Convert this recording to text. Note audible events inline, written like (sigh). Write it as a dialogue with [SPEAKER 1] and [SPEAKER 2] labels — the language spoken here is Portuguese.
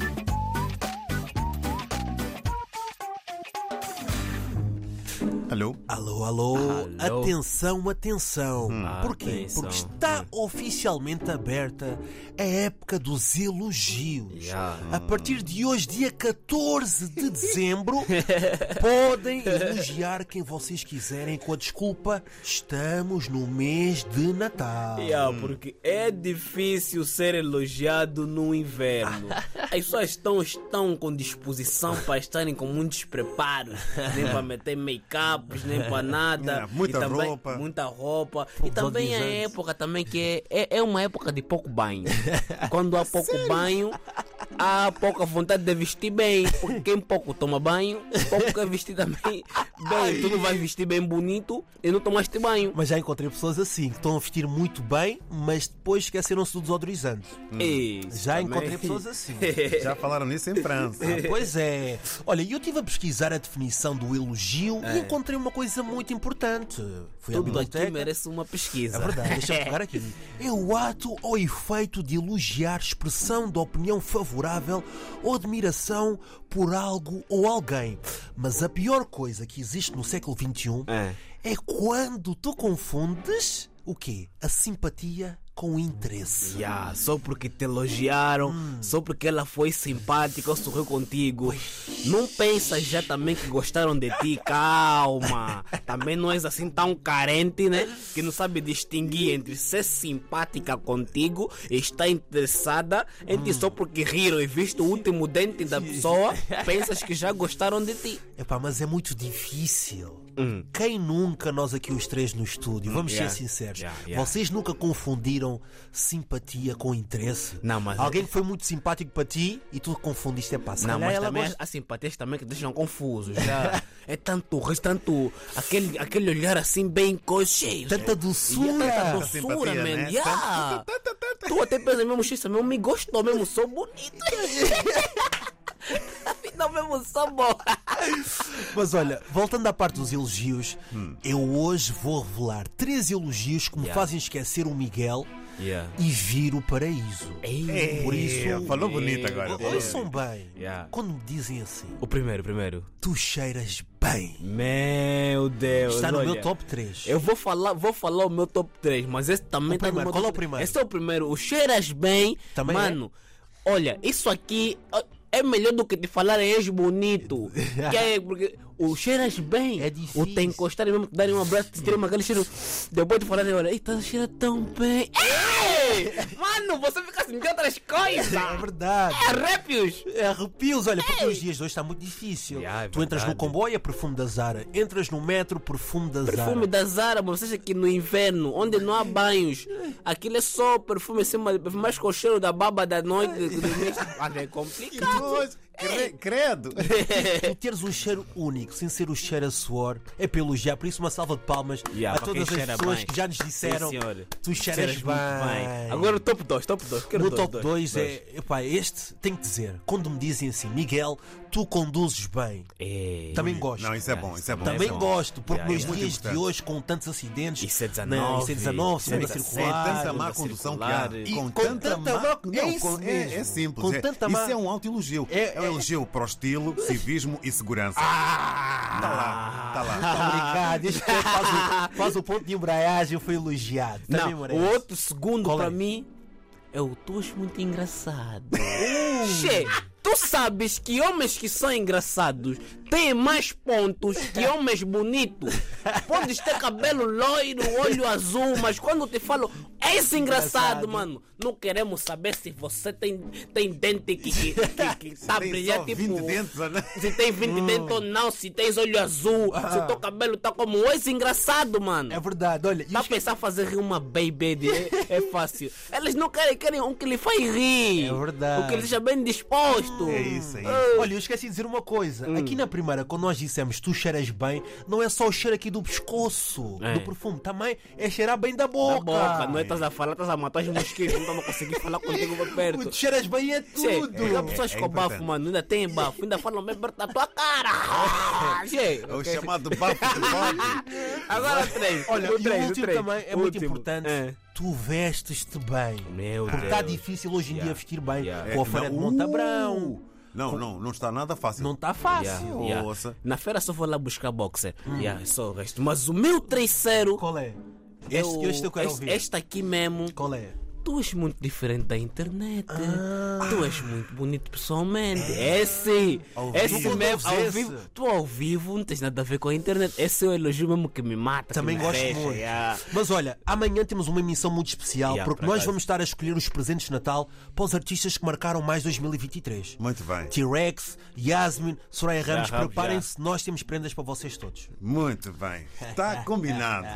[SPEAKER 1] (laughs)
[SPEAKER 2] Alô?
[SPEAKER 1] Alô, alô,
[SPEAKER 3] Alô. Hum.
[SPEAKER 1] atenção, atenção. Porquê?
[SPEAKER 3] Atenção. Hum.
[SPEAKER 1] Porque está oficialmente aberta a época dos elogios.
[SPEAKER 3] Yeah.
[SPEAKER 1] A partir de hoje, dia 14 de dezembro,
[SPEAKER 3] (laughs)
[SPEAKER 1] podem elogiar quem vocês quiserem com a desculpa: estamos no mês de Natal.
[SPEAKER 3] Yeah, porque é difícil ser elogiado no inverno. As pessoas estão, estão com disposição para estarem com muitos preparos, nem para meter make-ups, nem para nada.
[SPEAKER 1] É,
[SPEAKER 2] Yeah, muita
[SPEAKER 3] E também-
[SPEAKER 2] roupa.
[SPEAKER 3] Muita roupa. E também a
[SPEAKER 1] desodorizante.
[SPEAKER 3] época também que é, é, é uma época de pouco
[SPEAKER 1] (laughs)
[SPEAKER 3] banho. Quando há pouco banho, há pouca vontade de vestir bem. Porque quem pouco toma banho, pouco quer
[SPEAKER 1] (laughs)
[SPEAKER 3] vestir também bem. Tu não vais vestir bem bonito e não tomaste banho.
[SPEAKER 1] Mas já encontrei pessoas assim, que estão a vestir muito bem, mas depois esqueceram-se do desodorizante. Hum.
[SPEAKER 3] Ei,
[SPEAKER 1] Já
[SPEAKER 3] também.
[SPEAKER 1] encontrei pessoas assim.
[SPEAKER 3] (laughs)
[SPEAKER 2] Já falaram nisso em França.
[SPEAKER 1] Ah, pois é. Olha, eu estive a pesquisar a definição do elogio
[SPEAKER 3] É.
[SPEAKER 1] e encontrei uma coisa muito importante. Fui à
[SPEAKER 3] Tudo aqui
[SPEAKER 1] biblioteca.
[SPEAKER 3] merece uma pesquisa.
[SPEAKER 1] É verdade,
[SPEAKER 3] (laughs)
[SPEAKER 1] deixa eu pegar aqui. É o ato ou efeito de elogiar expressão de opinião favorável ou admiração por algo ou alguém. Mas a pior coisa que existe no século XXI
[SPEAKER 3] É.
[SPEAKER 1] é quando tu confundes o quê? A simpatia com o interesse.
[SPEAKER 3] Yeah, só porque te elogiaram, só porque ela foi simpática ou sorriu contigo. Não pensas já também que gostaram de ti, calma. Também não és assim tão carente, né? Que não sabe distinguir entre ser simpática contigo e estar interessada em ti só porque riram e visto o último dente da (laughs) pessoa, pensas que já gostaram de ti.
[SPEAKER 1] Epá, mas é muito difícil. Quem nunca, nós aqui os três no estúdio, vamos
[SPEAKER 3] Hum. Yeah.
[SPEAKER 1] ser sinceros,
[SPEAKER 3] Yeah, yeah.
[SPEAKER 1] vocês nunca confundiram simpatia com interesse?
[SPEAKER 3] Não, mas-
[SPEAKER 1] Alguém que foi muito simpático para ti e tu confundiste, epá, se
[SPEAKER 3] Não,
[SPEAKER 1] calhar
[SPEAKER 3] mas
[SPEAKER 1] ela
[SPEAKER 3] também é
[SPEAKER 1] gosta...
[SPEAKER 3] há simpatias também que deixam confusos. Já. (laughs) é tanto riso, tanto aquele, aquele olhar assim bem coisa cheio.
[SPEAKER 1] Tanta
[SPEAKER 3] Yeah, é- tanta
[SPEAKER 1] doçura!
[SPEAKER 3] doçura,
[SPEAKER 2] Simpatia,
[SPEAKER 3] man.
[SPEAKER 2] né?
[SPEAKER 3] Yeah. Tu até pensas mesmo, xista, mesmo me gostou mesmo, sou bonito. (laughs) Não, mesmo sou bom.
[SPEAKER 1] Mas olha, Eh, voltando à parte dos elogios, eu hoje vou revelar três elogios que me
[SPEAKER 3] Hum. Yeah.
[SPEAKER 1] fazem esquecer o Miguel e vir o paraíso.
[SPEAKER 3] É, Ei,
[SPEAKER 1] Por isso-
[SPEAKER 2] É, falou bonito agora.
[SPEAKER 3] Ei.
[SPEAKER 1] Ouçam bem,
[SPEAKER 3] Yeah.
[SPEAKER 1] quando me dizem assim,
[SPEAKER 3] O primeiro, o primeiro.
[SPEAKER 1] tu cheiras bem.
[SPEAKER 3] Meu Deus.
[SPEAKER 1] Está no meu
[SPEAKER 3] olha.
[SPEAKER 1] top 3.
[SPEAKER 3] Eu vou falar, vou falar o meu top 3, mas esse também
[SPEAKER 1] O
[SPEAKER 3] tá no
[SPEAKER 1] primeiro,
[SPEAKER 3] meu
[SPEAKER 1] qual é o
[SPEAKER 3] top três.
[SPEAKER 1] primeiro?
[SPEAKER 3] Esse é o primeiro. O cheiras bem.
[SPEAKER 1] Também é?
[SPEAKER 3] Mano, olha, isso aqui ó, é melhor do que te falarem és
[SPEAKER 1] (laughs)
[SPEAKER 3] bonito. que é porque o cheiras bem.
[SPEAKER 1] É difícil.
[SPEAKER 3] O te encostarem mesmo, te darem um abraço, te tirem aquele cheiro. Depois de falarem, olha, eita, cheira tão bem.
[SPEAKER 1] (laughs)
[SPEAKER 3] Ei! Mano, você fica assim de outras coisas.
[SPEAKER 1] É verdade.
[SPEAKER 3] Arrepios.
[SPEAKER 1] É Arrepios, olha, porque nos dias de hoje está muito difícil.
[SPEAKER 3] Yeah, é
[SPEAKER 1] tu entras no
[SPEAKER 3] verdade.
[SPEAKER 1] comboio, é perfume da Zara. Entras no metro, perfume da
[SPEAKER 3] Perfume
[SPEAKER 1] Zara.
[SPEAKER 3] da Zara, mas vocês aqui no inverno, onde não há banhos, aquilo é só perfume assim, mas- mais com o cheiro da baba da noite. do
[SPEAKER 1] (laughs)
[SPEAKER 3] mês. Olha, é complicado.
[SPEAKER 2] Pois,
[SPEAKER 1] É.
[SPEAKER 2] cre- credo.
[SPEAKER 1] Tu teres um cheiro único, sem ser o cheiro a suor, é pelo já. Por isso, uma salva de palmas
[SPEAKER 3] Yeah,
[SPEAKER 1] a
[SPEAKER 3] para quem
[SPEAKER 1] todas as
[SPEAKER 3] cheira
[SPEAKER 1] pessoas
[SPEAKER 3] bem.
[SPEAKER 1] que já nos disseram: tu cheiras,
[SPEAKER 3] muito
[SPEAKER 1] bem.
[SPEAKER 3] Agora o top 2, top 2.
[SPEAKER 1] o meu top 2 é. Epá, este tenho que dizer. Quando me dizem assim, Miguel, tu conduzes bem.
[SPEAKER 3] É,
[SPEAKER 1] Também gosto.
[SPEAKER 2] Não, isso é bom, isso é bom.
[SPEAKER 1] Também
[SPEAKER 2] isso é bom.
[SPEAKER 1] gosto, porque
[SPEAKER 3] Yeah,
[SPEAKER 1] nos
[SPEAKER 3] yeah.
[SPEAKER 1] dias
[SPEAKER 2] Muito
[SPEAKER 1] de
[SPEAKER 2] importante.
[SPEAKER 1] hoje, com tantos acidentes.
[SPEAKER 3] Isso é
[SPEAKER 1] Não,
[SPEAKER 3] 19,
[SPEAKER 1] isso é 19,
[SPEAKER 3] isso é
[SPEAKER 1] segunda
[SPEAKER 3] 17,
[SPEAKER 2] Sem
[SPEAKER 1] circular.
[SPEAKER 2] tanta má
[SPEAKER 3] circular,
[SPEAKER 2] condução que há.
[SPEAKER 3] e
[SPEAKER 1] com tanta má- é
[SPEAKER 2] não,
[SPEAKER 1] isso
[SPEAKER 2] com- é,
[SPEAKER 1] mesmo.
[SPEAKER 2] é simples.
[SPEAKER 1] Com
[SPEAKER 2] é.
[SPEAKER 1] tanta
[SPEAKER 2] isso
[SPEAKER 1] má-
[SPEAKER 2] é um autoelogio. É,
[SPEAKER 1] É-
[SPEAKER 2] um elogio para o estilo,
[SPEAKER 1] (laughs)
[SPEAKER 2] civismo e segurança. Ah! Está lá, está lá.
[SPEAKER 1] Obrigado, este cara
[SPEAKER 3] (laughs)
[SPEAKER 1] faz o, faz o ponto de embreagem, foi elogiado.
[SPEAKER 2] Tá
[SPEAKER 1] Também
[SPEAKER 3] Não,
[SPEAKER 1] merece.
[SPEAKER 3] o outro segundo
[SPEAKER 1] Qual
[SPEAKER 3] para
[SPEAKER 1] é?
[SPEAKER 3] mim é o tu és muito engraçado.
[SPEAKER 2] Uh!
[SPEAKER 3] che, tu sabes que homens que são engraçados têm mais pontos
[SPEAKER 2] (laughs)
[SPEAKER 3] que homens bonitos. Podes ter cabelo loiro, olho azul, mas quando te falo és engraçado,
[SPEAKER 1] Engraçado.
[SPEAKER 3] mano, não queremos saber se você tem, tem dente que, que, que,
[SPEAKER 2] (laughs)
[SPEAKER 3] que tá
[SPEAKER 2] Tem
[SPEAKER 3] brilhando
[SPEAKER 2] só 20
[SPEAKER 3] tipo.
[SPEAKER 2] dentes, né? Hum. olha.
[SPEAKER 3] Se tem 20 dentes ou não, se tens olho azul,
[SPEAKER 2] Ah.
[SPEAKER 3] se teu cabelo tá como és engraçado, mano.
[SPEAKER 1] É verdade, olha. e
[SPEAKER 3] Tá a
[SPEAKER 1] os-
[SPEAKER 3] pensar fazer rir uma baby de- é, é fácil. Elas não querem, querem um que lhe faz rir.
[SPEAKER 1] É verdade.
[SPEAKER 3] O que lhe deixa bem disposto.
[SPEAKER 2] É isso, é isso.
[SPEAKER 1] Olha, eu esqueci de dizer uma coisa.
[SPEAKER 3] Hum.
[SPEAKER 1] Aqui na primeira, quando nós dissemos tu cheiras bem, não é só o cheiro aqui do pescoço,
[SPEAKER 3] É.
[SPEAKER 1] do perfume, também é cheirar bem da
[SPEAKER 3] Da
[SPEAKER 1] boca.
[SPEAKER 3] boca, não é? Estás a falar, estás a matar os mosquitos, então não estamos a conseguir falar contigo por
[SPEAKER 1] O
[SPEAKER 3] perto.
[SPEAKER 1] tu cheiras bem é
[SPEAKER 3] Che,
[SPEAKER 1] tudo.
[SPEAKER 3] há pessoas
[SPEAKER 2] É, é
[SPEAKER 3] com bafo,
[SPEAKER 2] importante.
[SPEAKER 3] mano, ainda tem bafo, ainda falam bem perto da tua cara. Che,
[SPEAKER 2] É o chamado bafo de
[SPEAKER 1] (laughs)
[SPEAKER 2] bode.
[SPEAKER 3] agora três.
[SPEAKER 1] Olha,
[SPEAKER 3] o
[SPEAKER 1] e
[SPEAKER 3] três,
[SPEAKER 1] o último
[SPEAKER 3] três.
[SPEAKER 1] também é
[SPEAKER 3] O
[SPEAKER 1] muito
[SPEAKER 3] último.
[SPEAKER 1] importante.
[SPEAKER 3] É. Tá
[SPEAKER 1] Tu vestes-te bem.
[SPEAKER 3] Meu
[SPEAKER 1] Porque
[SPEAKER 3] Deus.
[SPEAKER 1] está difícil hoje em dia
[SPEAKER 3] Yeah.
[SPEAKER 1] vestir bem
[SPEAKER 3] Yeah.
[SPEAKER 1] com a
[SPEAKER 2] É,
[SPEAKER 1] feira
[SPEAKER 2] não,
[SPEAKER 1] de Monte
[SPEAKER 2] uh,
[SPEAKER 1] Abrão.
[SPEAKER 2] Não, não, não está nada fácil.
[SPEAKER 1] Não está fácil.
[SPEAKER 3] Yeah, yeah.
[SPEAKER 2] Ouça.
[SPEAKER 3] Na feira só vou lá buscar boxer. Yeah, só o resto. Mas o meu terceiro.
[SPEAKER 1] Qual é? Este,
[SPEAKER 3] é o-
[SPEAKER 1] este eu quero
[SPEAKER 3] este,
[SPEAKER 1] ouvir.
[SPEAKER 3] este aqui mesmo.
[SPEAKER 1] Qual é?
[SPEAKER 3] Tu és muito diferente da internet.
[SPEAKER 1] Ah.
[SPEAKER 3] Tu és muito bonito pessoalmente. É sim.
[SPEAKER 2] Ao
[SPEAKER 3] Esse
[SPEAKER 2] vivo.
[SPEAKER 3] mesmo,
[SPEAKER 1] Não
[SPEAKER 3] ao
[SPEAKER 1] ouves
[SPEAKER 3] vivo.
[SPEAKER 1] esse?
[SPEAKER 3] Tu ao vivo não tens nada a ver com a internet. Esse é o elogio mesmo que me mata.
[SPEAKER 1] Também
[SPEAKER 3] que me
[SPEAKER 1] gosto
[SPEAKER 3] deixa,
[SPEAKER 1] muito.
[SPEAKER 3] yeah.
[SPEAKER 1] Mas olha, amanhã temos uma emissão muito especial
[SPEAKER 3] é, Yeah,
[SPEAKER 1] porque
[SPEAKER 3] por
[SPEAKER 1] nós
[SPEAKER 3] acaso.
[SPEAKER 1] vamos estar a escolher os presentes de Natal para os artistas que marcaram mais 2023.
[SPEAKER 2] Muito bem.
[SPEAKER 1] T-Rex, Yasmin, Soraya Ramos,
[SPEAKER 3] Ramos,
[SPEAKER 1] preparem-se, nós temos prendas para vocês todos. (laughs)
[SPEAKER 2] Muito bem. Está Tá combinado.